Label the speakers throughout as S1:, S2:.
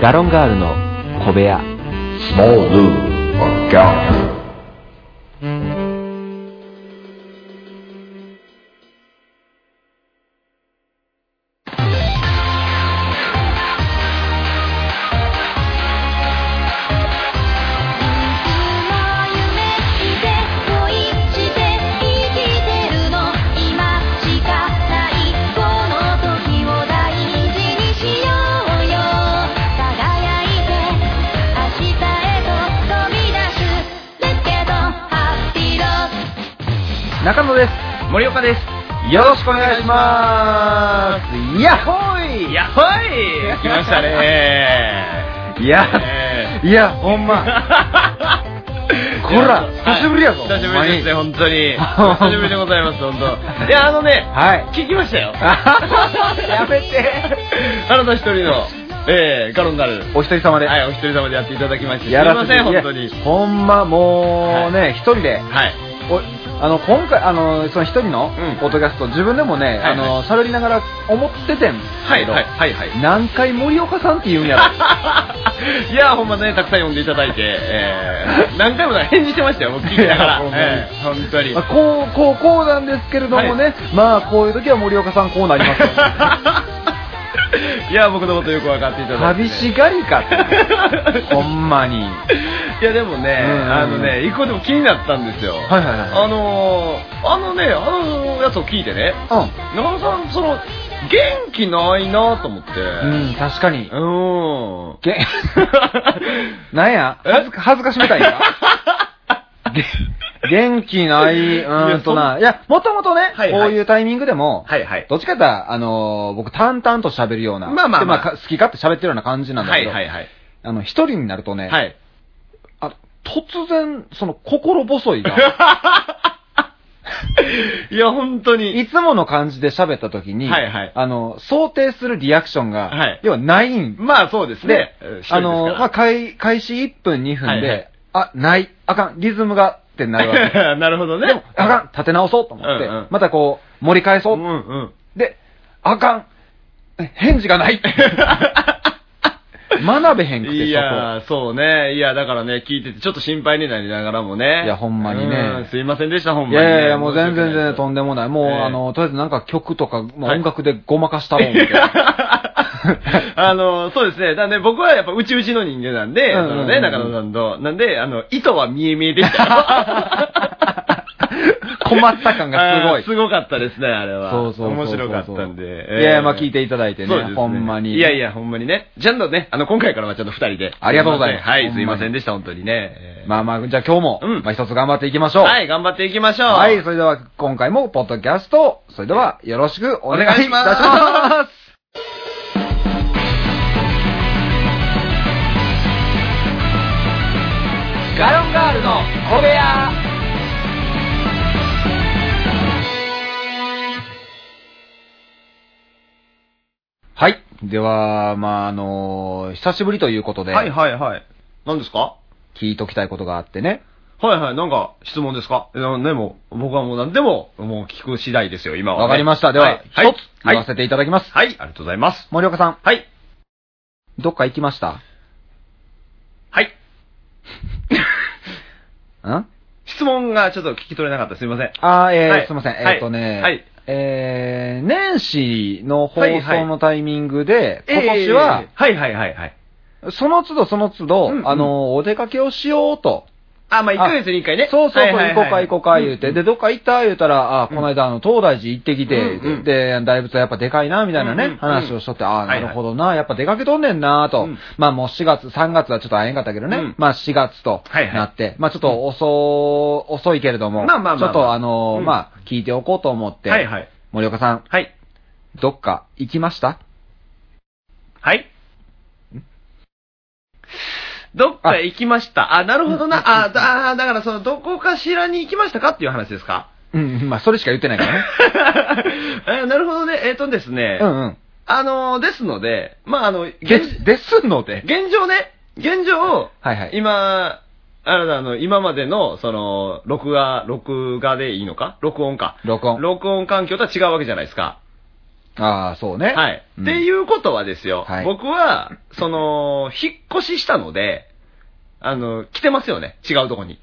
S1: ガロンガールの小部屋
S2: Small Lou or Gallo.
S3: いつも夢見て恋して生きてるの今しかないこの時を大事にしようよ輝いて明日へと飛び出すレッケドハッピーロー
S4: 中野です森岡ですよろしくお願いしますやっほーい
S5: やっほい来ましたね
S4: いや、
S5: え
S4: いやほんまこら
S5: いや
S4: 久しぶりやぞ
S5: はい久しぶりですね
S4: ほん
S5: 本当に
S4: ほんま
S5: 久しぶりでございます本 当いやあのね
S4: はい
S5: 聞きましたよ
S4: やめて
S5: あなた一人のえーガロンガル
S4: お一人様で、
S5: はいお一人様でやっていただきましてすい
S4: やら
S5: ま
S4: せて
S5: せん
S4: いや
S5: 本当に
S4: ほんまもうね一、人で
S5: はい
S4: おあの今回あのその一人の
S5: うん
S4: ポッドキャスト、自分でもね、
S5: い
S4: あの喋りながら思っててん
S5: はいはいはいはい
S4: 何回森岡さんって言うんやろ
S5: いやほんまねたくさん呼んでいただいて、えー何回もだから返事してましたよ 僕聞きながら、
S4: いやほんまに
S5: えー本当に
S4: まあこうこうこうなんですけれどもね、
S5: は
S4: まあこういう時は森岡さんこうなりますよ
S5: いや僕のことよく分かっていただい
S4: 寂
S5: て、
S4: しがりかって ほんまに
S5: いやでもね、
S4: うん
S5: あのね一個でも気になったんですよ、
S4: はいはいはい
S5: あのーあのねあのやつを聞いてね
S4: う
S5: 中野さんその元気ないなと思って
S4: ん、うん、確かに
S5: うん
S4: げ なんや
S5: え
S4: 恥ずか恥ずかしめたい なげ元気ないうーんとないいやもともとね、
S5: はいはい
S4: こういうタイミングでも、
S5: はいはい
S4: どっちかって言ったら、あのー僕、淡々と喋るような、
S5: まあまあ
S4: で
S5: まあ
S4: か好き勝手喋ってるような感じなんだ
S5: は
S4: け
S5: い
S4: ど、
S5: はいはい
S4: あの、一人になるとね、
S5: はい
S4: あ突然、その、心細いが、
S5: いや本当に
S4: いつもの感じで喋った時に、
S5: はいはい
S4: あの、想定するリアクションが、
S5: はい
S4: 要はないん
S5: まあそうですね
S4: で
S5: えー一人ですか
S4: あ
S5: ら
S4: の、まあ、開、開始1分、2分で、
S5: はいはい
S4: あ、ない、あかん、リズムが、ってなるわけ。
S5: なるほどね
S4: でも、あかん、立て直そうと思って、
S5: うんうん
S4: またこう、盛り返そう。
S5: うん うん
S4: で、あかん、返事がない。学べへんくて、
S5: い
S4: そこ。
S5: やーそうね。いや、だからね、聞いてて、ちょっと心配になりながらもね。
S4: いやほんまにね
S5: うんすいませんでした、ほんま
S4: い
S5: にね、
S4: やいやいや、もう全然全然とん
S5: で
S4: でもない。もう、
S5: ええ
S4: あの、とりあえずなんか曲とか、まあ、
S5: はい
S4: 音楽でごまかしたろうみ たいな。
S5: あの、そうですね。だね、僕はやっぱ、うちうちの人間なんで、
S4: うんうんうん
S5: そのね、中野さんと、なんで、あの、意図は見え見えでした。
S4: 困った感が
S5: あ ー
S4: すごい。
S5: すごかったですね、あれは。
S4: そうそうそう
S5: 面
S4: そう
S5: 白かったんで。
S4: いやいやまあ聞いていただいてね
S5: そうです
S4: ほんまに
S5: いやいや、ほんまにね。ちゃんとね、あの、今回からはちゃんと二人で。
S4: ありがとうございます
S5: はい、
S4: ほん
S5: す
S4: まに
S5: いませんでした、本当にね。えー
S4: まあまあ、じゃあ今日も、
S5: うん
S4: まあ一つ頑張っていきましょう。
S5: はい、頑張っていきましょう。
S4: はい、それでは今回もポッドキャスト、それではよろしくお願いいたし
S5: お願
S4: ます。ガロンガールの小部屋はい。では、まあ、あの久しぶりということで、
S5: はいはいはい。何ですか
S4: 聞いときたいことがあってね。
S5: はいはい、なんか質問ですかえなね、もう、僕はもう何でも、もう聞く次第ですよ、今は、ね。
S4: わかりました。では、一、
S5: はい
S4: つ言わせていただきます。
S5: はい、はい、ありがとうございます。
S4: 森岡さん、
S5: はい。
S4: どっか行きました
S5: はい。
S4: ん
S5: 質問がちょっと聞き取れなかった。すいません。
S4: あー、えー
S5: はい
S4: すみません。え
S5: はい
S4: ーっとね、
S5: はい
S4: えー、年始の放
S5: はいは
S4: 送
S5: い
S4: のタイミングで、今年は、
S5: えーはいはいはいはい。
S4: その都度その都度、
S5: うんうん
S4: あの、お出かけをしようと。
S5: あ、まあ、1ヶ月に1回ね。
S4: そうそうそう、
S5: はいは
S4: 行
S5: い
S4: こうか
S5: はい
S4: 行こうか言うて、で、どっか行った言うたら、あー、この間、あの、東大寺行ってきて、
S5: うんうん
S4: で、大仏はやっぱでかいな、みたいなね、
S5: うんうんうん
S4: 話をしとって、あー、
S5: はいは
S4: ないるほどな、やっぱ出かけとんねんな、と。
S5: うん
S4: まあもう4月、3月はちょっと会えんかったけどね、
S5: うん
S4: まあ4月と
S5: はいはい
S4: なって、まあちょっと遅、遅いけれども、
S5: まあまあまあま
S4: ち
S5: あ
S4: ょっとあのー
S5: うん
S4: まあ聞いておこうと思って、
S5: はいはい。
S4: 森岡さん、
S5: はい。
S4: どっか行きました
S5: はい。どっか行きました。あ、なるほどな。あ、だあだからその、どこかしらに行きましたかっていう話ですか
S4: うん、まあ、それしか言ってないからね。
S5: あなるほどね。 えっ、とですね。
S4: うんうん。
S5: あのーですので、まあ、あの、現
S4: です、ですので。
S5: 現状ね、現状、
S4: はいはい。
S5: 今、あの、あの今までの、その、録画、録画でいいのか録音か。
S4: 録音。
S5: 録音環境とは違うわけじゃないですか。
S4: ああ、そうね。
S5: はい。
S4: うん
S5: っていうことはですよ、
S4: はい
S5: 僕は、その、引っ越ししたので、あの、来てますよね。違うとこに。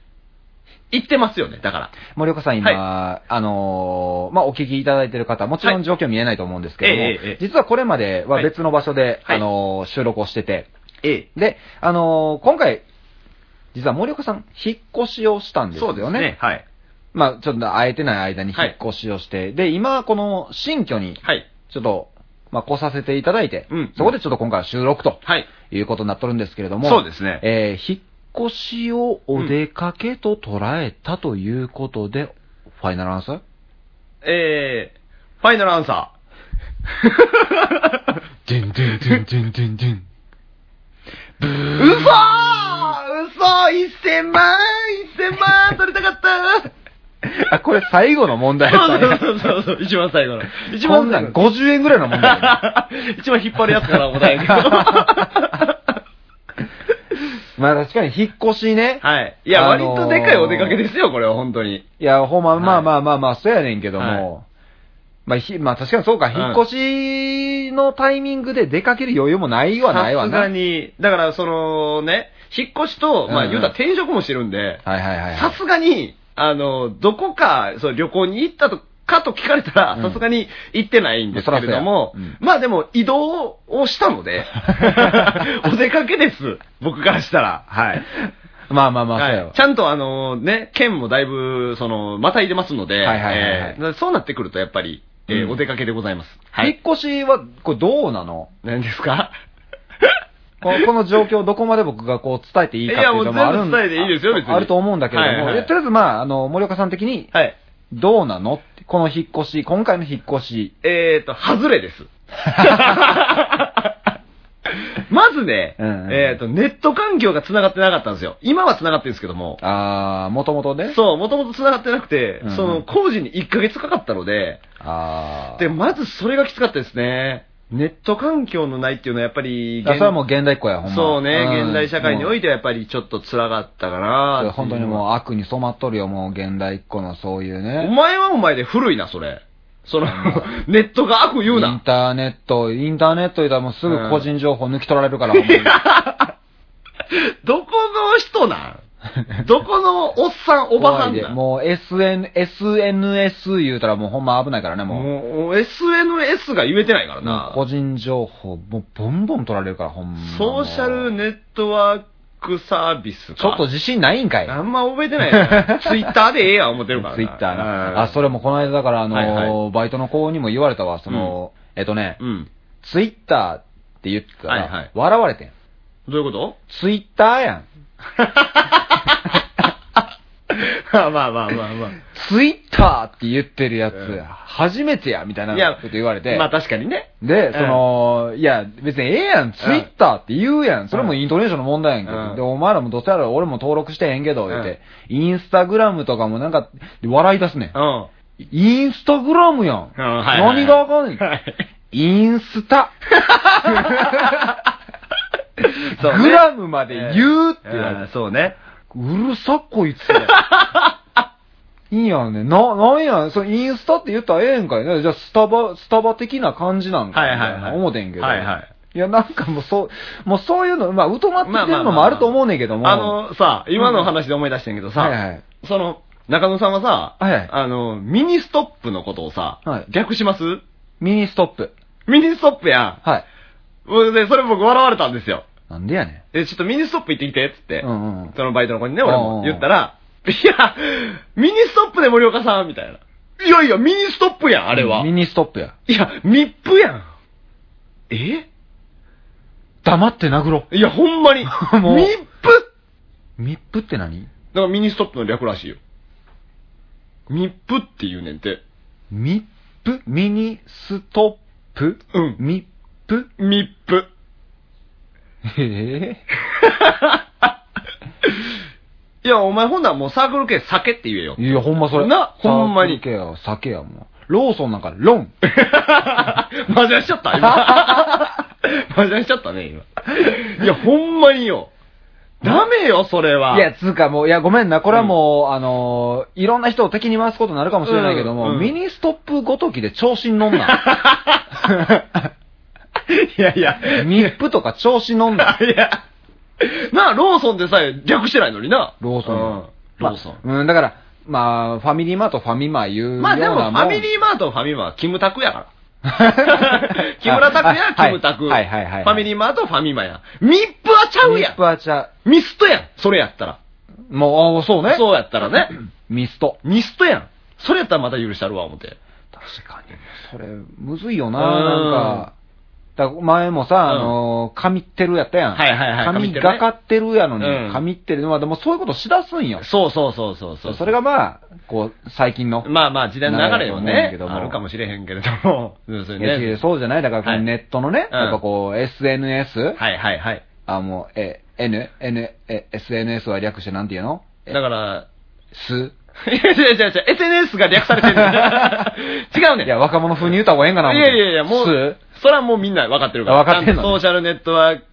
S5: 行ってますよね、だから。
S4: 森岡さん、今、あのーまあ、お聞きいただいている方、もちろ
S5: は
S4: ん
S5: い
S4: 状況見えないと思うんですけども、
S5: ええええええ
S4: 実はこれまでは
S5: はい
S4: 別の場所で、
S5: はい
S4: あのー収録をしてて、
S5: え
S4: で、あのー今回、実は森岡さん、引っ越しをしたんです
S5: そ
S4: よ
S5: う
S4: ね。
S5: ですね。はい。
S4: まあ、ちょっと会えてない間に
S5: はい
S4: 引っ越しをして、で、今、この新居に、
S5: はい。
S4: ちょっと、まあ、来させていただいて、
S5: うん
S4: そこでちょっと今回は収録と
S5: はい。
S4: いうことになっとるんですけれども、
S5: そうですね。
S4: えー引っ越しをお出かけと捉えたということで、ファイナルアンサー
S5: えー、ファイナルアンサ
S6: ドゥンドゥンドゥンドゥンドゥンドゥン。ブ
S5: ー。
S6: ー
S5: 嘘嘘 !1000 万 !1000 万取りたかった
S4: あ、これ最後の問題だったね。
S5: そうそうそうそう、一番最後の。一
S4: こ
S5: 番
S4: んなん
S5: 最後
S4: 50円ぐらいの問題 だね。
S5: の。一番引っ張るやつから 答えるけど。
S4: まあ確かに引っ越しね。
S5: はい。いや、
S4: あ
S5: 割
S4: のー
S5: とでかいお出かけですよ、これは、本当に。
S4: いや、ほんま、ま
S5: は
S4: あ
S5: い
S4: まあまあまあ、そうやねんけども。まあ、ひ、まあ確かにそうか、
S5: ん
S4: 引っ越しのタイミングで出かける余裕もないはないわ
S5: さすが
S4: な。
S5: に。だから、そのね、引っ越しと、
S4: う
S5: ま
S4: ん
S5: あ、
S4: うん
S5: 言うたら転職もしてるんで、
S4: はいはいはいは
S5: さすがに、あの、どこか、そう、旅行に行ったと、かと聞かれた
S4: う
S5: ら、
S4: ん
S5: さすがに行ってないんですけれども、
S4: そらそうや
S5: まあでも移動をしたの で、お出かけです、僕からしたら。はい。
S4: い。まあまあまあ、そうや
S5: はい
S4: わ、
S5: ち。ゃんとあのね、県もだいぶ、その、またいでますので、
S4: はいはいはいはい
S5: えーそうなってくるとやっぱり、えー
S4: うん
S5: お出かけでございます。
S4: 引っ。越しは、これどうなの
S5: 何ですか
S4: このこの状況をどこまで僕がこう伝えていいかっていうのもあるん
S5: いやもう全部伝えていいですよ別に
S4: ああると思うんだけれども、
S5: はいはい
S4: えとりあえずまあ、あの、森岡さん的に、
S5: はい。
S4: どうなのってこの引っ越し、今回の引っ越し。
S5: えーと、外れ です。まずね、
S4: うんうん
S5: えーと、ネット環境が繋がってなかったんですよ。今は繋がってるんですけども。
S4: あー、もともとね。
S5: そう、もともと繋がってなくて、
S4: うんうん
S5: その工事に1ヶ月かかったので、
S4: あー。
S5: で、まずそれがきつかったですね。ネット環境のないっていうのはやっぱり現、
S4: あそれはもう現代っ子や、ほんま。
S5: そうね、現代社会におい
S4: て。
S5: てはやっぱりちょっと辛かった
S4: も
S5: か
S4: う
S5: な。
S4: 本当にもう悪に染まっとるよ、もう現代っ子のそういう
S5: お
S4: ね。
S5: 前はお前で古いな、それ。その、 ネットが悪言う
S4: イン
S5: な。
S4: ターネット、インターネット言ったらもうすぐ個人情報抜き取られるから、ほんまに
S5: どこの人なんどこのおっさん、おばさ
S4: 怖い
S5: ん
S4: で
S5: なん
S4: もう SN、SNS 言うたらもうほんま危ないからね、もう。
S5: もう、SNS が言えてないか
S4: も
S5: ら
S4: う
S5: な。
S4: 個人情報、もうボンボン取られるから、ほんま。
S5: ソーシャルネットワークサービスか。
S4: ちょっと自信ないんかい。
S5: あんま覚えてな いな。ツイッターでええやん、思ってるからな。
S4: ツイッター
S5: うん
S4: な。あ、それもこの間だから、あのー
S5: はいは
S4: バイトの子にも言われたわ、その、えっとね、
S5: うん。
S4: ツイッターって言ったら、
S5: はいはい
S4: 笑われてん。
S5: どういうこと
S4: ツイッターやん。
S5: まあまあまあまあま
S4: ツイッターって言ってるやつ、
S5: うん
S4: 初めてや、みたいなこと言われて。
S5: まあ確かにね。
S4: で、
S5: ん
S4: その、いや、別にええやん、ツイッターって言うやん、それもイントネーションの問題やんけ、
S5: うん
S4: で、お前らもどうせやろ、俺も登録してへんけど、言って、インスタグラムとかもなんか、で笑い出すねん
S5: う。ん。
S4: インスタグラムやん。
S5: うんはいはい
S4: 何があかんねん。
S5: はい
S4: インスタ。
S5: そうね
S4: グラムまで言うって言われ
S5: うん
S4: て
S5: そうね。
S4: うるさこいつ。 いいやんね。な、なんやん。そのインスタって言ったらええんかいね。じゃあ、スタバ、スタバ的な感じなんか
S5: はい
S4: な。
S5: はいはい。
S4: 思てんけど。
S5: はいはい。
S4: いや、なんかもうそう、もうそういうの、まあ、疎まってきてるのもあると思うねんけども。
S5: あの、さ、今の話で思い出してんけどさ、
S4: はいはい
S5: その、中野さんはさ、
S4: はいはい
S5: あの、ミニストップのことをさ、
S4: はい
S5: 逆します
S4: ミニストップ。
S5: ミニストップや
S4: はい。
S5: ん。もうねそれ僕笑われたんですよ。
S4: なんでやね
S5: え、ちょっとミニストップ行ってきて、つっ
S4: ん。
S5: て、
S4: うんうん。
S5: そのバイトの子にね、俺
S4: うんうん
S5: も言ったら、いや、ミニストップで森岡さん、みたいな。いやいや、ミニストップやん、あれは。
S4: ミニストップや。
S5: いや、密布やん。え
S4: 黙って殴ろ
S5: いや、ほんまに。密布
S4: もう
S5: だ
S4: う。密布って何
S5: からミニストップの略らしいよ。密布って言うねんて。
S4: 密布ミニストップ
S5: うん
S4: 密布
S5: 密布。
S4: ええ
S5: いや、お前ほんならもうサークル系酒って言えよ。
S4: いや、ほんまそれ。
S5: なほんまに
S4: 酒や、酒や、もう。ローソンなんか、ロン。
S5: マジャンしちゃ った今。マジャンしちゃったね、今。いや、ほんまによ。ダメよ、それは。
S4: いや、つうかもう、いや、ごめんな。これはもう、あのーいろんな人を敵に回すことになるかもしれないけども、
S5: うんうん
S4: ミニストップごときで調子に乗んな。
S5: いやいや。
S4: ミップとか調子乗ん な。
S5: いや。なあ、ローソンでさえ略してないのにな。
S4: ローソン。
S5: うんローソン。
S4: まあうん、だから、まあ、ファミリーマート、ファミマいうようなもん。
S5: まあでも、ファ ミリーマート、ファミマはキムタクやから。木村拓哉、
S4: あ
S5: キムタク。フ
S4: はいはいはいはい。
S5: ァミリーマート、ファミマや。ミップはちゃうや
S4: ミップはちゃ
S5: ん。ミストやん。それやったら。
S4: う。もう、あそうね。
S5: そうやったらね。
S4: ミスト。
S5: ミストやん。それやったらまた許したるわ、思って。
S4: 確かに。それ、むずいよな、
S5: うん
S4: なんか。だから前もさ、あ
S5: うん
S4: のー、紙ってるやったやん。
S5: はいはいは
S4: 紙
S5: い紙ってるね
S4: がかってるやのに、
S5: うん
S4: 紙ってる。まあでもそういうことしだすんよ。
S5: そうそうそうそうそう。
S4: それがまあ、こう、最近の。
S5: まあまあ、時代の流れよ
S4: 流れだと思うんや
S5: ね
S4: けど。も
S5: あるかもしれへんけれど も。うんそれ
S4: いや違う
S5: ね。
S4: そうじゃない。だからこ
S5: は
S4: の
S5: い
S4: ネットのね、
S5: うん
S4: やっぱこう、SNS?
S5: はいはいはい。
S4: あ、もう、え、N、N、え、SNS は略してなんて言うのえ
S5: だから、
S4: す。
S5: いや違う違う違う、SNS が略されてる んだよ違うねん。
S4: いや、若者風に言った方がええんかな、
S5: い
S4: 思っ
S5: や
S4: て
S5: いやいや、もう
S4: す、
S5: それはもうみんな分かってるから。
S4: あ分かってんのね
S5: ちゃとソーシャルネットワーク、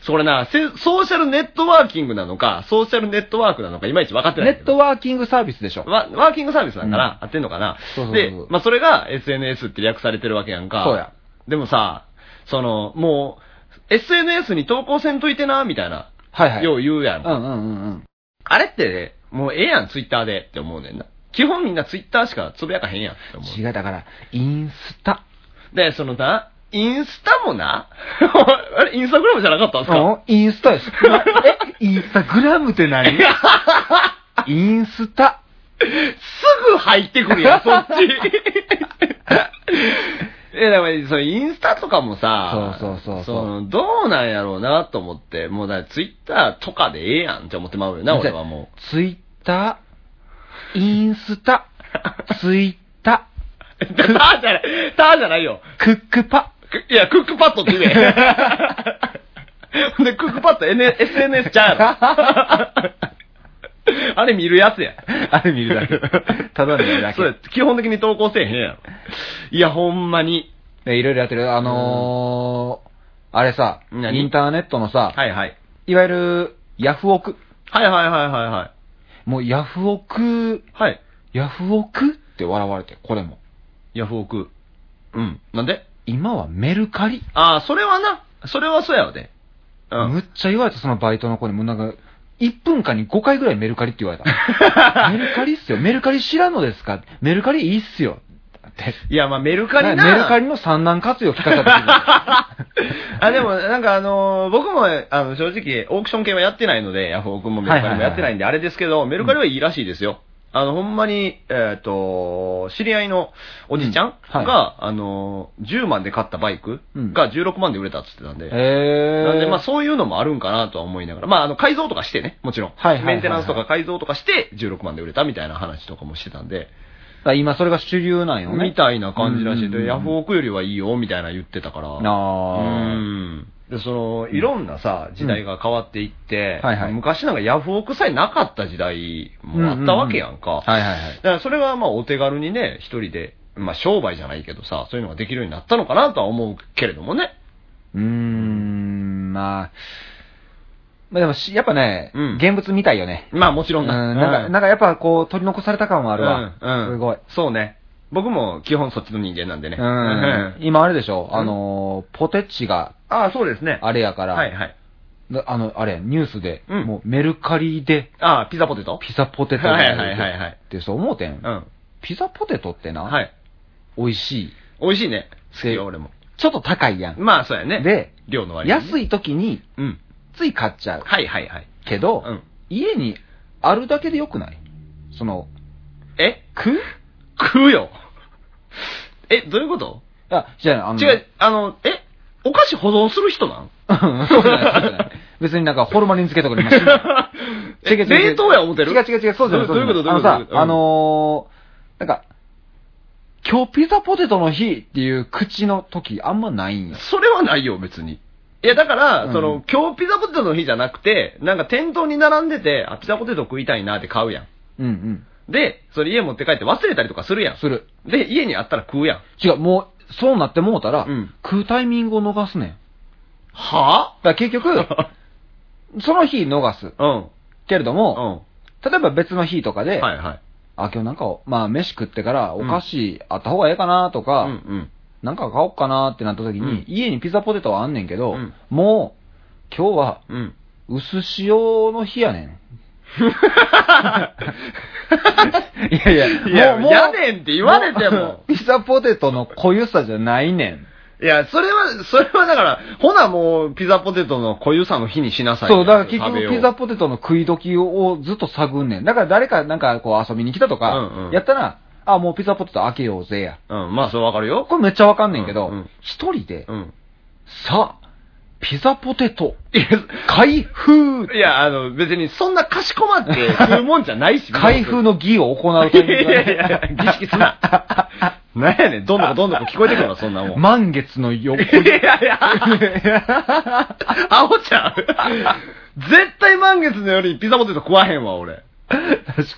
S5: それな、せソーシャルネットワーキングなのか、ソーシャルネットワークなのか、いまいち分かってない
S4: ネ
S5: んだ
S4: ッ
S5: けど。
S4: トワーキングサービスでしょ。
S5: ワワーキングサービスだから、合ってんのかな
S4: そうそうそう
S5: で、まあ、それが SNS って略されてるわけやんか。
S4: そうや。
S5: でもさ、その、もう、SNS に投稿せんといてな、みたいな、
S4: はいはい。
S5: よう
S4: う
S5: 言うやん。
S4: んうんうんうん。
S5: あれってね、もうええやん、ツイッターでって思うねんな。基本みんなツイッターしかつぶやかへんやんって思う。
S4: 違う、だから、インスタ。
S5: で、そのな、インスタもな、 あれ、インスタグラムじゃなかったんですか
S4: うんインスタです。なえ、インスタグラムって何 インスタ。
S5: すぐ入ってくる やん、そっち。え、だから、そのインスタとかもさ、
S4: そうそうそうそう
S5: のどうなんやろうなと思って、もうだツイッターとかでええやんって思ってまうよな、俺はも
S4: ツイッター、インスタ、ツイッタ、
S5: う。 ターじゃない、ターじゃないよ。
S4: クックパ。
S5: くいや、クックパッドって言え。 で、クックパッド、N、SNS ちゃうや ろ。あれ見るやつや。
S4: あれ見るだけ。ただ見るだけ
S5: そうや基本的に投稿せえへんやろ。いや、ほんまに。
S4: でいろいろやってる。あのー、あれさ、
S5: 何
S4: インターネットのさ、
S5: はいはい。
S4: いわゆる、ヤフオク。
S5: はいはいはいはいはい。
S4: もうヤフオク、
S5: はい。
S4: ヤフオクって笑われて、これも。
S5: ヤフオク。うん。なんで
S4: 今はメルカリ。
S5: ああ、それはな。それはそうやわね。うん。
S4: むっちゃ言われた、そのバイトの子に。もうなんか、1分間に5回ぐらいメルカリって言われた。メルカリっすよ。メルカリ知らんのですかメルカリいいっすよ。って。
S5: いや、まあメルカリな。
S4: メルカリの三男活用聞かされてく
S5: あ、でも、なんかあのー僕も、あの、正直、オークション系はやってないので、ヤフオクもメルカリもやってないんで、あれですけど、メルカリはいいらしいですよ。あの、ほんまに、えっ、と、知り合いのおじちゃん
S4: うん
S5: が、
S4: はい
S5: あのー、10万で買ったバイク
S4: うん
S5: が16万で売れたっつってたん
S4: る。
S5: で、
S4: へ
S5: なんで、まあ
S4: あ、
S5: そういうのもあるんかなとは思いながら、まああの改造とかしてね、もちろん。
S4: はいはいはいはい
S5: メンテナンスとか改造とかして16万で売れたみたいな話とかもしてたんで、
S4: 今それが主流なんよね。
S5: みたいな感じらしい
S4: うんうんう
S5: で、
S4: ん
S5: ヤフオクよりはいいよみたいな言ってたから。う
S4: あ
S5: ん。で、その、いろんなさ、時代が変わっていって、
S4: うんはいはい
S5: 昔なんかヤフオクさえなかった時代もあったわけやんか。
S4: あ。はいはいはい。
S5: だからそれはまあお手軽にね、一人で、まあ商売じゃないけどさ、そういうのができるようになったのかなとは思うけれどもね。
S4: うーん、まあ。まあでもし、やっぱね、
S5: うん
S4: 現物見たいよね。
S5: まあもち
S4: う
S5: ろ
S4: ん、
S5: んな。
S4: なんか、
S5: うん
S4: なんかやっぱこう、取り残された感はあるわ。
S5: うんうん
S4: すごい。
S5: そうね。僕も基本そっちの人間なんでね。
S4: う
S5: うん
S4: ん。今あれでしょ、あのー、ポテチが
S5: ああ、そうですね。
S4: あれやから、
S5: はいはい。
S4: なあの、あれ、ニュースで、
S5: うん
S4: もうメルカリで
S5: ああ、ピザポテト
S4: ピザポテトが
S5: はい
S4: 売
S5: はい
S4: れ
S5: は
S4: て
S5: いはい
S4: ってそう思うてん,、
S5: うん。
S4: ピザポテトってな、
S5: はい。
S4: 美味しい。
S5: 美味しいね。好き
S4: で
S5: よ、俺も。
S4: ちょっと高いやん。
S5: まあ、そうやね。
S4: で、
S5: 量の割合、
S4: 安
S5: い。
S4: い時に
S5: うん。
S4: つい買っちゃう。
S5: はいはいはい。
S4: けど、
S5: うん
S4: 家にあるだけでよくないその、
S5: え
S4: 食う
S5: 食うよ。 え、どういうこと
S4: あ、じゃあ、あの、
S5: 違う、あの、えお菓子保存する人なん
S4: うんそうじゃない、そうじゃない。別になんかホルマリンつけとかでもしない
S5: え
S4: 違う違う違う
S5: 冷凍や思てる
S4: 違う違う違う、そうじゃない。
S5: どういうこ
S4: そ
S5: と
S4: うじゃないあの
S5: どういうことどういうこと
S4: さ、あのー、なんか、今日ピザポテトの日っていう口の時あんまないんよ。
S5: それはないよ、別に。いや、だから、
S4: うん
S5: その、今日ピザポテトの日じゃなくて、なんか店頭に並んでて、あ、ピザポテト食いたいなって買うや
S4: うんうん。
S5: ん。で、それ家持って帰って忘れたりとかするやん。
S4: する。
S5: で、家にあったら食うやん。
S4: 違う、もう、そうなってもうたら、
S5: うん
S4: 食うタイミングを逃すねん。
S5: は
S4: だから結局、
S5: ぁ
S4: その日逃す。
S5: うん。
S4: けれど
S5: う
S4: も、
S5: ん。
S4: 例えば別の日とかで、
S5: はいはい。
S4: あ、今日なんか、まあ、飯食ってからお菓子あった方がええかなとか、
S5: うんうん。
S4: なんか買おうかなってなった時に、
S5: うん
S4: 家にピザポテトはあんねんけど、
S5: うん
S4: もう、今日は
S5: うん。
S4: 薄塩の日や ねん。いやいや、
S5: いや、やねんって言われても。。
S4: うピザポテトの濃ゆさじゃないねん。
S5: いや、それは、それはだから、ほなもう、ピザポテトの濃ゆさの日にしなさい。
S4: そう、だから結
S5: 食べよ
S4: 局
S5: う
S4: ピザポテトの食い時をずっと探んねん。だから誰かなんかこう遊びに来たと
S5: うん
S4: か
S5: う、ん
S4: やったら、あ、もうピザポテト開けようぜや。
S5: うん、まあ、それわかるよ。
S4: これめっちゃわかんねんけど
S5: うんうん、
S4: 一人で
S5: う、ん。
S4: さあ、ピザポテト、
S5: いや、
S4: 開封
S5: いや、あの、別にそんなかしこまって食うもんじゃない し。
S4: 開封
S5: の。
S4: の儀を行う
S5: い
S4: と
S5: や
S4: いう
S5: いやいや、儀式すな。 なんやねん、どんどこどんどこ聞こえて くるわ、そんなもん。
S4: 満月の横
S5: いやいや、アホちゃう。絶対満月のよりピザポテト食わへんわ、俺。
S4: 確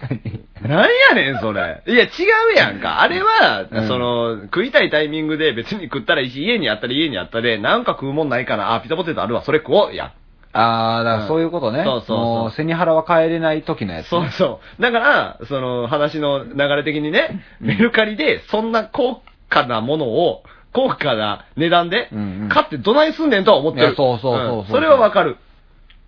S4: かに。
S5: なんやねん、それ。いや、違うやんか。あれは、
S4: うん
S5: その、食いたいタイミングで別に食ったらいいし、家にあったり家にあったで、なんか食うもんないかな。あ、ピザポテトあるわ、それ食おう。や。
S4: あー、だからそういうこと
S5: う
S4: ね。
S5: んそうそうそう
S4: もう、背に腹は帰れない時のやつ。
S5: そうそう。だから、その、話の流れ的にね、メルカリで、そんな高価なものを、高価な値段で
S4: うんうん、
S5: 買ってどないすんねんとは思って
S4: い
S5: る
S4: や。そうそうそうそうん
S5: それはわかる。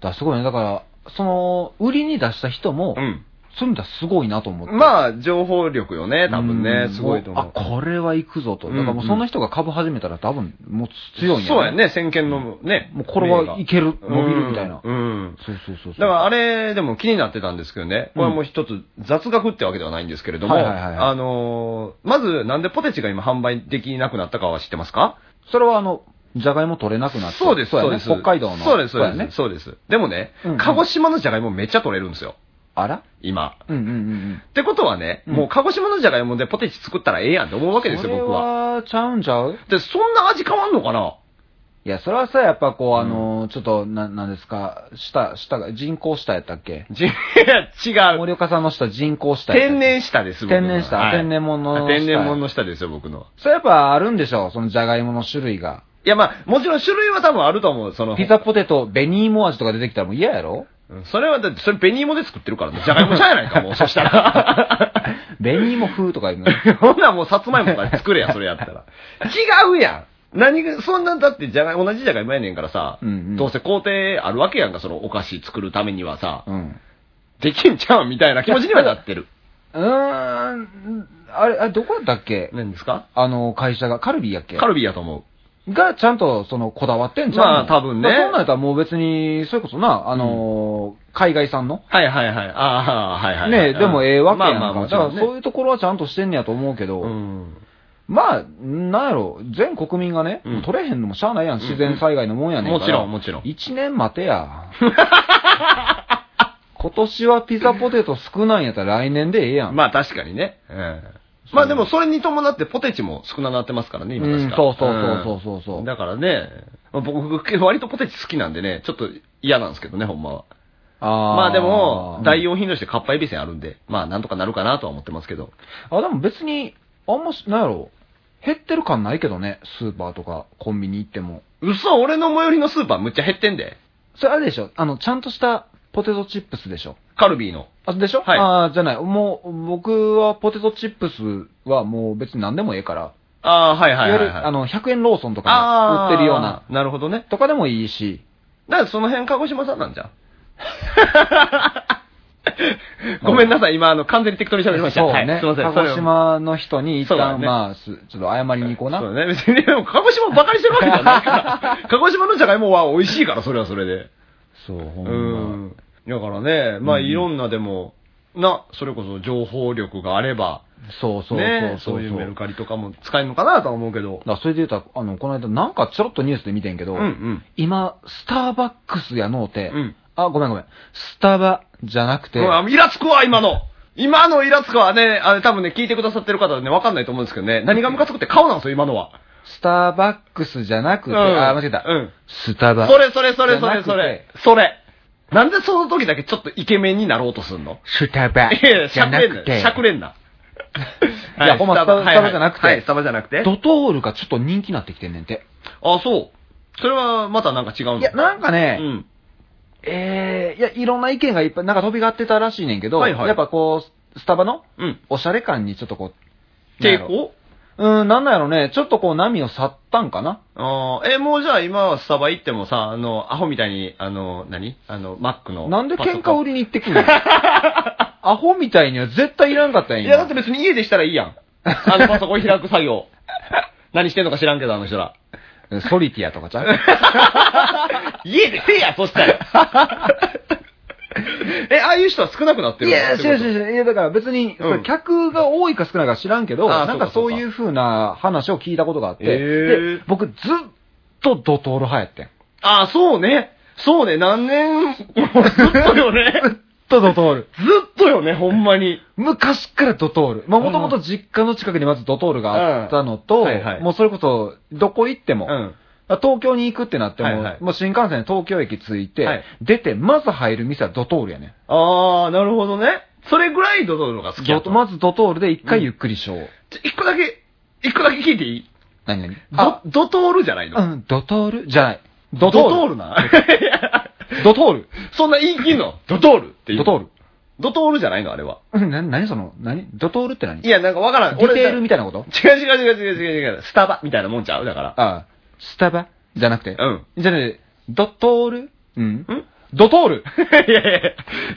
S4: だからすごいね。だから、その、売りに出した人も、
S5: うん。
S4: そういうのはすごいなと思って。
S5: まあ、情報力よね、多分ね
S4: う。ん
S5: すごいと思う。
S4: あ、これはいくぞと。だからもううんその人が株始めたら多分、もう強いんや、
S5: そうや。ね、先見のね。
S4: もうこれはいける、
S5: 目が
S4: 伸びるみたいな。
S5: うんうん
S4: そうそうそうそう。
S5: だからあれ、でも気になってたんですけどね、これはもう一つ雑学ってわけではないんですけれども、
S4: はいはいはいはい
S5: あのーまずなんでポテチが今販売できなくなったかは知ってますか
S4: それはあの、じゃがいも取れなくなって。
S5: そうです、
S4: や
S5: そう
S4: ね
S5: です。
S4: 北海道の。
S5: そうです、そうです。
S4: やね。
S5: そうです。でもね、
S4: うんうん
S5: 鹿児島のじゃがいもめっちゃ取れるんですよ、
S4: あら
S5: 今。
S4: うんうんうんうん。
S5: ってことはね、
S4: うん
S5: もう鹿児島のじゃがいもでポテチ作ったらええやんって思うわけです
S4: そ
S5: よ、
S4: れ
S5: 僕は。
S4: ちゃうんちゃう
S5: で、そんな味変わんのかない
S4: や、それはさ、やっぱこう、
S5: うん
S4: あの、ちょっと、な、なんですか、下、下が、人工下やったっけ
S5: じいや違う。
S4: 森岡さんの下、人工下やったっけ
S5: 天然下です、僕の
S4: 天然下天然物の下
S5: 天然物の下ですよ、僕の。
S4: それやっぱあるんでしょうそのじゃがいもの種類が。
S5: いや、まあ、もちろん種類は多分あると思う。その、
S4: ピザポテト、ベニーモ味とか出てきたらもう嫌やろ
S5: うんそれはだって、それ紅芋で作ってるからね。じゃがいもちゃうやないか、もう。そした ら。
S4: ベニーモ風とか言うの。
S5: ほんならもうさつまいもから作れや、それやったら。 違うやん何が、そんなんだってじゃがい、同じじゃがいもやねんからさ、
S4: うんうん
S5: どうせ工程あるわけやんか、そのお菓子作るためにはさ、
S4: うん。
S5: できんちゃうんみたいな気持ちにはなってる。
S4: うーん、あれ、あれどこやったっけ
S5: 何ですか
S4: あの、会社が、カルビーやっけ
S5: カルビーやと思
S4: が、ちゃんと、その、こだわってんじゃん。
S5: まあ多分
S4: だ
S5: ね
S4: からそうなんやったらもう別に、それこそな、あのー海外産の
S5: う。はいはいはい。ああ、はいはい、はい。
S4: ねでもええわけやんか。
S5: まあまあもち
S4: だ
S5: ろん
S4: か
S5: ね、
S4: らそういうところはちゃんとしてんねやと思うけど、
S5: うん。
S4: まあ、なんやろ、全国民がね、
S5: うん
S4: 取れへんのもしゃあないやん、自然災害のもんやねんから。
S5: もちろんもちろん
S4: 一年待てや。 今年はピザポテト少ないんやったら来年でええやん。
S5: まあ確かにね。うん。まあでもそれに伴ってポテチも少なくなってますからね、今確か。
S4: うんそうそうそうそうそうそうん
S5: だからね、まあ僕、割とポテチ好きなんでね、ちょっと嫌なんですけどね、ほんまは。
S4: あー
S5: まあでも、代
S4: うん
S5: 用品としてカッパエビせんあるんで、まあなんとかなるかなとは思ってますけど。
S4: あ、でも別に、あんまし、なんやろ、減ってる感ないけどね、スーパーとかコンビニ行っても。
S5: 嘘、俺の最寄りのスーパーむっちゃ減ってんで。
S4: それあれでしょ、あの、ちゃんとしたポテトチップスでしょ。
S5: カルビーの。
S4: あ、でしょ
S5: はい
S4: あーじゃない。もう、僕はポテトチップスはもう別に何でもええから、
S5: ああ、は
S4: い
S5: い
S4: わ
S5: はい
S4: ゆ
S5: はい、
S4: る、あの、100円ローソンと
S5: あ
S4: か
S5: あ、
S4: ね売ってるような、。
S5: なるほどね。
S4: とかでもいいし、
S5: だからその辺鹿児島さんなんじ ゃん。ごめんなさい、今、あの、完全に適当に喋りました。
S4: そう
S5: は
S4: ね
S5: い、すいません。
S4: 鹿児島の人に一
S5: そうだ
S4: 旦、
S5: ね
S4: まあ、すちょっと謝りに行こうな。
S5: そうだね。別に、でも鹿児島ばかりしてるわけじゃない から。鹿児島のじゃがいもは美味しいから、それはそれで。
S4: そう、ほ
S5: うん
S4: ま。
S5: ん。だからね、まあ
S4: うん
S5: いろんなでも、な、それこそ情報力があれば、
S4: そうそうそうそう。
S5: ね、そういうメルカリとかも使えるのかなとは思うけ
S4: だ
S5: ど。
S4: からそれで言うと、あの、この間、なんかちょろっとニュースで見てんけ
S5: う
S4: ど、
S5: んうん。
S4: 今、スターバックスやのうて、
S5: うん
S4: あ、ごめんごめん、スタバじゃなくて、
S5: うわイラつくわ、今の今のイラつくわね、あれ多分ね、聞いてくださってる方はね、わかんないと思うんですけどね、何がムカつくって顔なんですよ、今のは。
S4: スターバックスじゃなくて、
S5: うん
S4: あ、間違えた、
S5: うん
S4: スタバ。
S5: それそれそれそ
S4: じゃな
S5: れ
S4: くて
S5: それ。それ。なんでその時だけちょっとイケメンになろうとすんの
S4: スタバ
S5: いやいや、
S4: じ
S5: し
S4: ゃ
S5: ゃ
S4: な
S5: く
S4: く
S5: れん
S4: て
S5: な。しゃくれんな。
S4: いやほんまスタバ
S5: は
S4: ス
S5: い
S4: タバじゃなくて
S5: はい、スタバじゃなくて。
S4: ドトールがちょっと人気になってきてんねんて。
S5: あ、そう。それはまたなんか違うの
S4: いや、なんかね、
S5: うん。
S4: ええいや、いろんな意見がいっぱい、なんか飛び交ってたらしいねんけど、
S5: はいはい
S4: やっぱこう、スタバの
S5: うん。
S4: おしゃれ感にちょっとこう、なんやろ
S5: 抵抗
S4: うん、なんだろうね、ちょっとこう波を去ったんかな
S5: あーえ、もうじゃあ今はスタバ行ってもさ、あの、アホみたいに、あの、何あの、マックの。
S4: なんで喧嘩売
S5: り
S4: りに行って くんのアホみたいには絶対いらんかったんや
S5: い
S4: ん。
S5: や、だって別に家でしたらい いやん。あの、パソコン開く作業。何してんのか知らんけど、あの人ら。
S4: ソリティアとかちゃう
S5: 家でせえや、そし たら。え、ああいう人は少なくなって
S4: い
S5: るの
S4: や、違う
S5: ってこと
S4: 違う違う。いや、だから別に、
S5: うん
S4: 客が多いか少ないか知らんけど、
S5: あー
S4: なんか
S5: そ
S4: そ
S5: うかそうか
S4: ういう風な話を聞いたことがあって、
S5: へー
S4: で僕ずっとドトール派やってん。ず
S5: ああ、そうね。そうね、何年、もうず っと よね。
S4: っとドトール。
S5: ずっとよね、ほんまに。
S4: 昔からドトール。まあ、もともと実家の近くにまずドトールがあったのと、
S5: うんはいはい
S4: もうそれこそ、どこ行って
S5: う
S4: も、
S5: ん。
S4: 東京に行くってなっても、
S5: はいはい
S4: もう新幹線で東京駅着いて、
S5: はい
S4: 出て、まず入る店はドトールやね。
S5: ああ、なるほどね。それぐらいドトールが好きや
S4: ド
S5: と。
S4: トまずドトールで一回ゆっくりしよう。
S5: ちょ一個だけ、一個だけ聞いていい
S4: 何何
S5: ド、ドトールじゃないの
S4: あうん、ドトールじゃない。
S5: ド
S4: ド
S5: ト
S4: ト
S5: ー
S4: ー
S5: ル
S4: ル。
S5: な。
S4: ドトール。
S5: そんな言い切んのドトールっていう。
S4: ドトール。
S5: ドトールじゃないのあれは。
S4: うん、な、何その、何ドトールって何
S5: いや、なんかわからん。
S4: ディテール
S5: 違う
S4: みたいなこと
S5: 違う違う違う違う違う。スタバみたいなもんちゃうだから。
S4: ああ、スタバじゃなくて。
S5: うん。
S4: じゃねドトールうん
S5: ん
S4: ドトール
S5: いやいやいや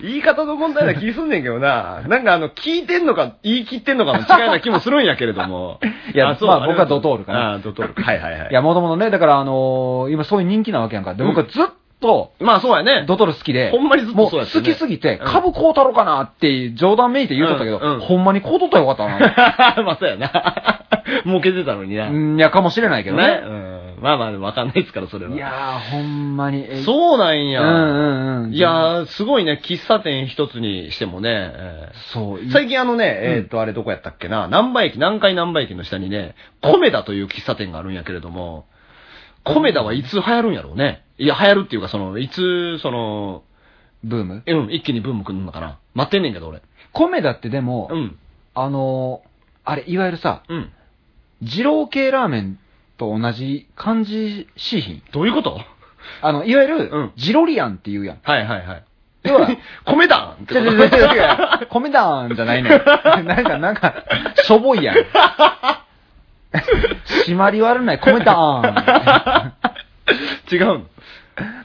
S5: 言い方の問題な気すんねんけどな。なんかあの、聞いてんのか、言い切ってんのかの違いな気もするんやけれども。
S4: いや
S5: そう
S4: まあ僕は
S5: れ
S4: ドトールかな
S5: あードトール。はいはいはい。
S4: いや、もともとね、だからあのー今そういう人気なわけやんか。で、僕はずっと、
S5: まあそうやね。
S4: ドトール好きで、
S5: ほんまにずっとそうやったね
S4: もう好きすぎて、
S5: うん
S4: 株買うたろうかなって冗談めいて言うとったけど、
S5: うんうん
S4: ほんまに買うとったらよかった な。
S5: まあそうやな。 儲けてたのにな。
S4: うん、いや、かもしれないけど
S5: ね
S4: ね。
S5: うん。まあまあ、わかんないですから、それは。
S4: いやー、ほんまに。え
S5: そうなんや。
S4: うんうんうん
S5: いやー、すごいね、喫茶店一つにしてもね。えー
S4: そう。い
S5: 最近あのね、えっと、あれどこやったっけな、南波駅、南海南波駅の下にね、コメダという喫茶店があるんやけれども、コメダはいつ流行るんやろうね。いや、流行るっていうか、その、いつ、その、
S4: ブーム
S5: うん、一気にブーム来るのかな。待ってんねんけど、俺。
S4: コメダってでも、
S5: うん、
S4: あのーあれ、いわゆるさ、
S5: うん。
S4: 二郎系ラーメンと同じ漢字製品。
S5: どういうこと
S4: あの、いわゆる、
S5: うん
S4: ジロリアンって言うやん。
S5: はいはいはい。
S4: 要は、
S5: 米だんって
S4: 違う違う違う違う。米だんじゃないねん。なんか、なんか、しょぼいやん。 締まり悪ない、米だ
S5: 違う
S4: ー
S5: の
S4: ん。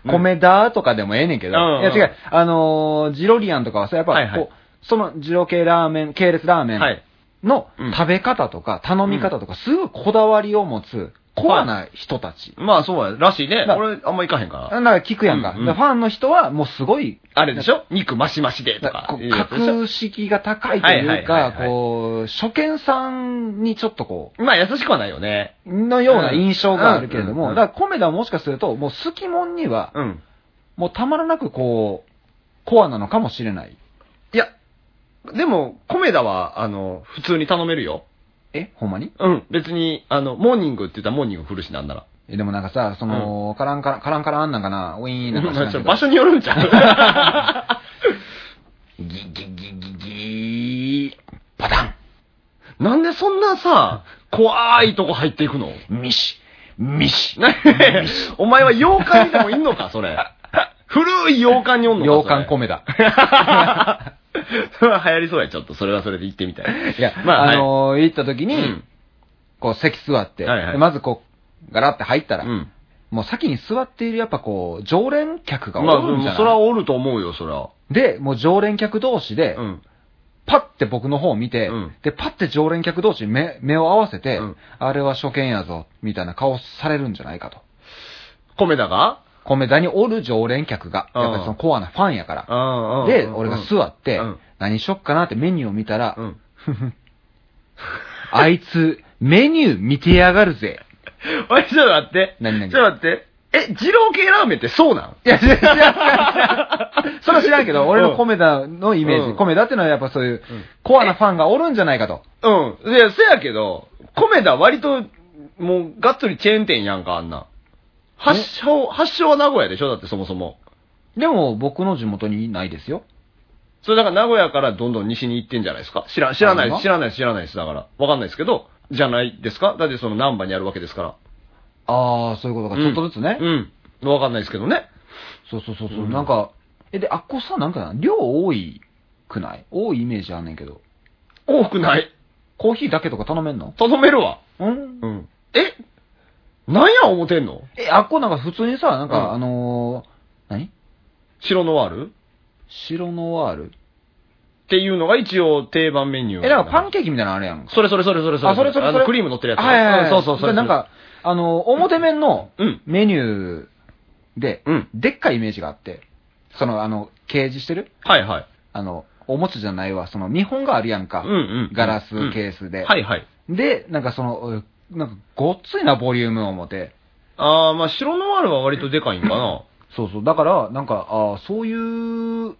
S4: 米だーとかでもええねんけど。
S5: うんうん
S4: いや違う。あのージロリアンとかはさ、やっぱ、
S5: はいはい
S4: こう、その、ジロ系ラーメン、系列ラーメン
S5: はい。
S4: の
S5: うん
S4: 食べ方とか、頼み方とか、すごいこだわりを持つ、コアな人たち。
S5: まあそうや、らしいね。
S4: まあ
S5: 俺、あんま行かへんから。
S4: なんか聞くやんか。
S5: うんうん
S4: だからファンの人は、もうすごい、
S5: あれでしょ肉マシマシでとか
S4: こ。う
S5: いうやつでしょ
S4: 格式が高いという
S5: はいはい
S4: か
S5: はいはい、
S4: こう、初見さんにちょっとこ
S5: まあ優しくはないよね。
S4: う、のような印象があるけれど
S5: うんうん
S4: も、
S5: うん
S4: だからコメダはもしかすると、もう好きもんには、
S5: うん。
S4: もうたまらなくこう、コアなのかもしれない。
S5: いや、でも、コメダは、あの、普通に頼めるよ。
S4: えほんまに
S5: うん。別に、あの、モーニングって言ったらモーニング来るしなんなら。
S4: えでもなんかさ、その、カランカラン、カランカランなんかな、ウィーンなんか知らんけど
S5: 場所によるん ちゃ
S2: ギギギギギ
S5: うパタンなんでそんなさ、怖いとこ入っていくの
S2: ミシミシ
S5: ねえ お前は洋館にでもいんのか、それ。古い洋館におんのか。
S4: 洋館
S5: それ
S4: コメダ。
S5: それは流行りそうや、ちょっと。それはそれで行ってみたい。
S4: いや、
S5: まあ、
S4: あのー行った時
S5: はい、
S4: に、
S5: うん
S4: こう席座って、
S5: はいはい
S4: でまずこう、ガラって入ったら、
S5: うん。
S4: もう先に座っているやっぱこう、常連客が
S5: まあ、
S4: 多いんじゃ
S5: も
S4: な
S5: う
S4: い、
S5: それはおると思うよ、それは。
S4: で、もう常連客同士で、
S5: うん。
S4: パッて僕の方を見て、
S5: うん
S4: で、パッて常連客同士に目目を合わせて、
S5: うん
S4: あれは初見やぞ、みたいな顔されるんじゃないかと。
S5: 米田が
S4: 米田におる常連客が、
S5: うん
S4: やっぱりそのコアなファンやから。
S5: あ
S4: で、俺が座って、
S5: うん
S4: 何しよっかなってメニューを見たら、
S5: うん。
S4: あいつ、メニュー見てやがるぜ。
S5: おい、ちょっと待って。
S4: 何々
S5: ちょっと待って。え、二郎系ラーメンってそうなん
S4: いや、知らん知らん知 らん。それは知らんけど、俺の米田のイメージ、
S5: うん、
S4: 米田ってのはやっぱそういうんコアなファンがおるんじゃないかと。
S5: うん。いや、せやけど、米田割と、もう、がっつりチェーン店やんか、あんな。発祥、発祥は名古屋でしょだってそもそも。
S4: でも、僕の地元にないですよ。
S5: それだから名古屋からどんどん西に行ってんじゃないですか知ら、知らないです、知らないです、知らないです。だから、わかんないですけど、じゃないですかだってその難波にあるわけですから。
S4: ああ、そういうことか、ちょっとずつね。
S5: うん。わかんないですけどね。
S4: そうそうそうそう、
S5: うん
S4: なんか、え、で、あっこさ、なんかな、量多いくない多いイメージあんねんけど。
S5: 多くない。
S4: コーヒーだけとか頼めんの
S5: 頼めるわ。
S4: うん
S5: うん。えなんや思てんの
S4: え、あっこなんか普通にさ、なんか、
S5: うん
S4: あのー、何
S5: 白ノワール
S4: 白ノワール
S5: っていうのが一応定番メニュー。
S4: え、なんかパンケーキみたいなのあれやん。
S5: それそれそれそれそれ。
S4: あ、それそれ
S5: あ
S4: そ
S5: の
S4: れ。
S5: クリーム乗ってるやつ。
S4: はいはいはい。
S5: うんそうそうそれ。
S4: なんか、あの、表面の
S5: それ、うん。
S4: メニューで、
S5: うん
S4: でっかいイメージがあって、その、あの、掲示してる
S5: はいはい。
S4: あの、おもちゃじゃないわ、その、見本があるやんか。
S5: うんうん。
S4: ガラス
S5: うん
S4: ケースで。
S5: はいはい。
S4: で、なんかその、うなんか、ごっついな、ボリュームを持って。
S5: ああ、まあ、白ノワールは割とでかいんかな。
S4: そうそう。だから、なんか、ああ、そういう、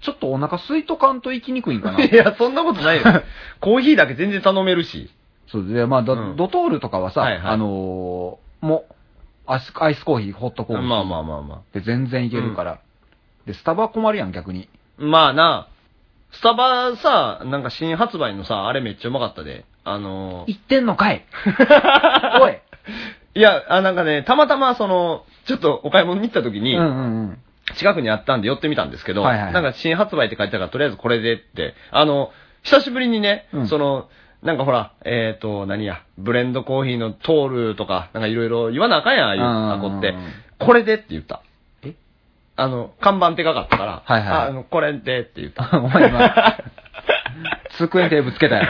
S4: ちょっとお腹空いとかんと行きにくいん かな。
S5: いや、そんなことないよ。 コーヒーだけ全然頼めるし。
S4: そうで、まあ、だ
S5: うん
S4: ドトールとかはさ、
S5: はいはい
S4: あのーもうアイス、アイスコーヒー、ホットコー
S5: ま
S4: ヒー。
S5: あまあまあま
S4: で、全然いけるから。で、スタバ困るやん、逆に。
S5: あ。まあな、スタバさ、なんか新発売のさ、あれめっちゃうまかったで。あのー
S4: 行ってんのかいおい
S5: いや、あ、なんかね、たまたまその、ちょっとお買い物に行った時に、
S4: うんうんうん。
S5: 近くにあったんで寄ってみたんですけど、
S4: はいはい
S5: なんか新発売って書いてたから、とりあえずこれでって、あの、久しぶりにね、
S4: うん
S5: その、なんかほら、えっ、ー、と、何や、ブレンドコーヒーのトールとか、なんかいろいろ言わなあかんやん、ああいう箱って
S4: うんうんうん。
S5: これでって言った。
S4: え
S5: あの、看板手がかったから、
S4: はいはい
S5: ああの、これでって言った。
S4: お前 今、机に手ぶつけたよ。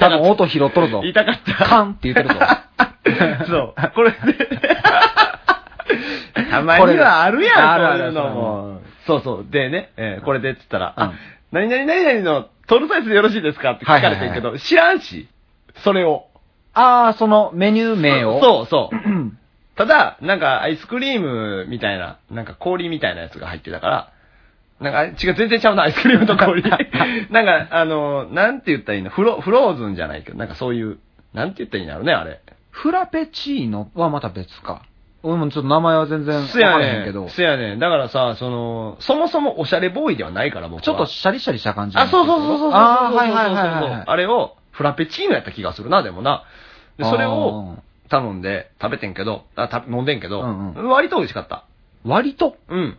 S4: 多分音拾っとるぞ。
S5: 痛かった。
S4: カンって言ってるぞ。
S5: そう。これで。 たまにはあるやん、
S4: あるある
S5: そういうのも。そうそう。でね、えーこれでって言ったら、
S4: う
S5: あ
S4: ん、
S5: 何々何々のトールサイズでよろしいですかって聞かれてるけど、知らんし、それを。
S4: ああ、そのメニュー名を。
S5: そうそう。
S4: うん。
S5: ただ、なんかアイスクリームみたいな、なんか氷みたいなやつが入ってたから、なんかあれ、違う、全然ちゃうな、アイスクリームと 氷。なんか、あの、なんて言ったらいいのフロ、フローズンじゃないけど、なんかそういう、なんて言ったらいいんだろうね、あれ。
S4: フラペチーノはまた別か。俺もちょっと名前は全然わか
S5: そや
S4: らへん
S5: ね
S4: けど、
S5: ん。
S4: ち
S5: そやねん。だからさ、その、そもそもおしゃれボーイではないから、僕は。
S4: ょっとシャリシャリした感じの
S5: あ、そうそうそうそうそうそうそうそう。
S4: ああ、はいはいはいはい。
S5: あれを、フラペチーノやった気がするな、でもな。で、それを
S4: あー、
S5: 頼んで食べてんけど、あ、た飲んでんけど、
S4: うんう
S5: 割と美味しかった。
S4: 割と。
S5: うん。
S4: も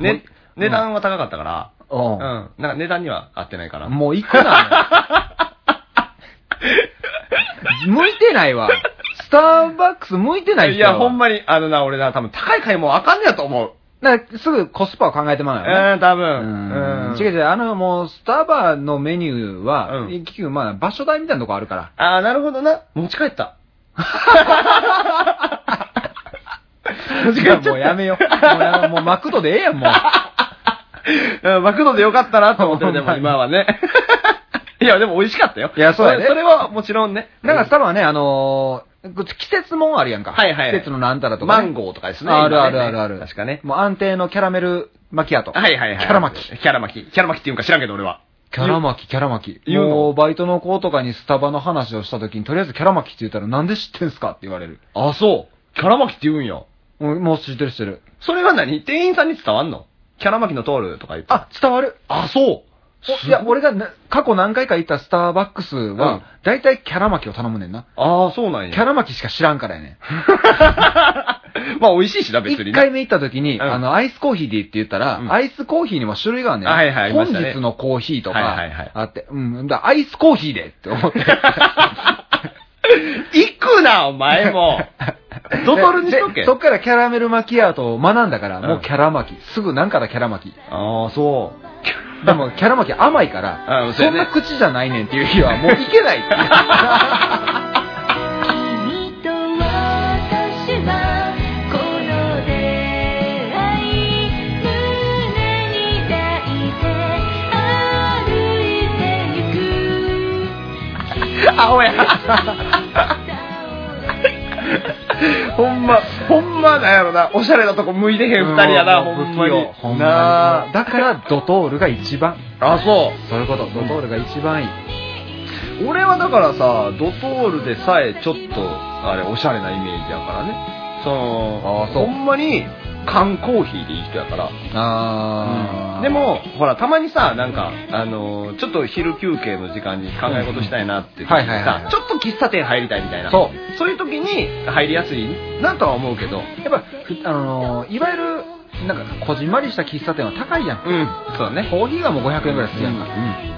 S4: う
S5: ね、値段は高かったから、う
S4: うん
S5: ん。なんか値段には合ってないから。
S4: もう行くな。 もう向いてないわ。スターバックス向いてない
S5: いや、ほん
S4: ま。
S5: まに、あのな、俺な、多分高い買い物あかんねやと思う。
S4: なんかすぐコスパを考えてまうよね。
S5: うん、多
S4: うん
S5: 分。
S4: 違う違う、あのもう、スタバのメニューは、
S5: うん
S4: 結局まあ、場所代みたいなとこあるから。
S5: ああ、なるほどな。持ち帰った。持ち帰っちゃった
S4: もうやめよう。もうやめもうマクドでええやん、 もう。
S5: うんマクドでよかったなと思ってる、で
S4: ほんまに
S5: も今はね。 いや、でも美味しかったよ。
S4: いやそうやね
S5: それはもちろんね。
S4: だから多分ね、あのーこっち季節もんあるやんか。
S5: はいはい
S4: 季節のなんたらとか
S5: マ
S4: ね、
S5: ンゴーとかですね。
S4: ある
S5: 今
S4: あ
S5: ね
S4: るあるある。
S5: 確かね。
S4: もう安定のキャラメル巻きアと。
S5: はいはいはい。
S4: キャラ巻き。
S5: キャラ巻き。キャラ巻きっていうんか知らんけど俺は。
S4: キャラ巻き、キャラ巻き。
S5: 言うの
S4: もう、バイトの子とかにスタバの話をした時に、とりあえずキャラ巻きって言ったら、なんで知ってんすかって言われる。
S5: あ、そう。キャラ巻きって言うんや。
S4: もうもう知ってる知ってる。
S5: それは何店員さんに伝わんのキャラ巻きの通るとか言って。、
S4: あ、伝わる。
S5: あ、そう。
S4: おいや、俺がな過去何回か行ったスターバックス
S5: うん
S4: は、大体キャラ巻きを頼むねんな。
S5: ああ、そうなん
S4: キ
S5: や。
S4: ャラ巻きしか知らんからやね。
S5: まあ美味しいし な、別にね。
S4: 一回目行った時に、
S5: うん
S4: あの、アイスコーヒーでいいって言ったら
S5: う、ん
S4: アイスコーヒーにも種類があんねん。
S5: はいはいありま
S4: 本
S5: したね
S4: 日のコーヒーと
S5: は
S4: か
S5: いはいはい、
S4: あって、うん、だアイスコーヒーでって思って。
S5: 行くな、お 前も。ド トルにしと
S4: で
S5: け。
S4: そっからキャラメルマキアートを学んだから、
S5: うん
S4: もうキャラ巻き。すぐなんからキャラ巻き。
S5: ああ、そ
S4: でも、キャラ巻き甘いから、
S5: うんそ
S4: そ
S5: うや
S4: ん
S5: ね
S4: な口じゃないねんっていう日は、もういけないっていう。
S3: 「君と私はこの出会い」「胸に抱いて歩いてゆく」「青や」
S5: う。ほんま、ほんまなんやろな。おしゃれなとこ向いてへん 二人や な、ほんまに。
S4: ほん
S5: な
S4: まに。だから、ドトールが一番。
S5: あ。あ、そ
S4: そういうこと、ドトールが一番いい。
S5: う。俺はだからさ、ドトールでさえちょっと、あれ、おしゃれなイメージやからね。その、
S4: あーそう
S5: ほんまに、缶コーヒーでいい人やから。
S4: あー。
S5: で、も、ほら、たまにさ、なんか、あのーちょっと昼休憩の時間に考え事したいなって時にさ、
S4: はいはいはい
S5: ちょっと喫茶店入りたいみたいな。。
S4: そう
S5: そういう時に入りやすいなとは思うけど。
S4: やっぱ、ふあのーいわゆる、なんか、こじんまりした喫茶店は高いやん。
S5: うん、そうだね。
S4: コーヒーがもう500円ぐらいするやんか。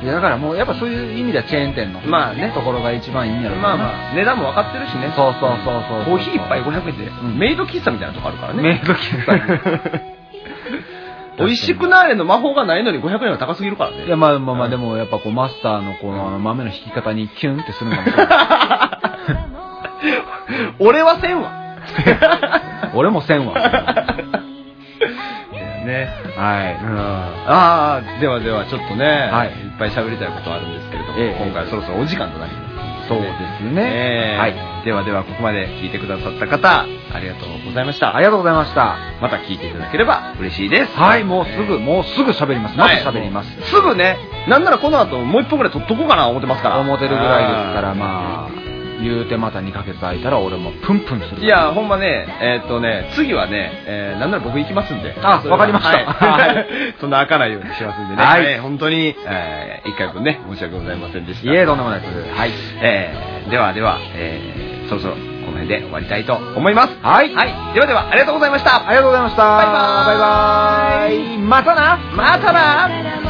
S4: いやだからもう、やっぱそういう意味ではチェーン店の。
S5: まあね
S4: ところが一番いいんやろ
S5: まあ
S4: あ。
S5: まあ、値段も分かってるしね。
S4: そうそうそうそう
S5: コーヒー一杯500円で、
S4: うん
S5: メイド喫茶みたいなとこあるからね。
S4: メイド喫茶
S5: 美味しくなれの魔法がないのに500円は高すぎるからね。
S4: いや、まあまあま
S5: う
S4: あ、
S5: ん
S4: でもやっぱこう、マスターのこの、あの、豆の引き方にキュンってするんだもんない。
S5: 俺はせんわ。
S4: 俺もせんわ。
S5: ね。はい。
S4: うん
S5: ああ、ではではちょっとね、
S4: はい
S5: いっぱい喋りたいことはあるんですけれども、
S4: ええ
S5: 今回はそろそろお時間となります。
S4: そうです
S5: え
S4: ね。
S5: え
S4: はい。
S5: ではではここまで聞いてくださった方、ありがとうございました。
S4: ありがとうございました。
S5: また聞いていただければ嬉しいです。
S4: はい、もうすぐ、もうすぐ喋ります。まず喋ります。
S5: はいすぐね、なんならこの後もう一本ぐらい取っとこうかな思ってますから。
S4: 思ってるぐらいですから、
S5: あ
S4: まあ、言うてまた2ヶ月空いたら俺もプンプンす
S5: ー。
S4: る。
S5: い、や、ほんまね、えーっとね、次はね、えーなんなら僕行きますんで。
S4: あ
S5: それは
S4: わかりました
S5: はい
S4: は
S5: そんな開かないようにしますんでね。
S4: はい
S5: えー本当に、えー一回分ね、申し訳ございませんでし
S4: い
S5: た。
S4: え、どんなもんです。はい。
S5: えーではでは、えーそろそろこの辺で終わりたいと思います。
S4: はい。
S5: はい、ではではありがとうございました。
S4: ありがとうございました。
S5: バイバーイ
S4: バイバーイ。またな
S5: ま
S3: か
S5: たな
S3: らも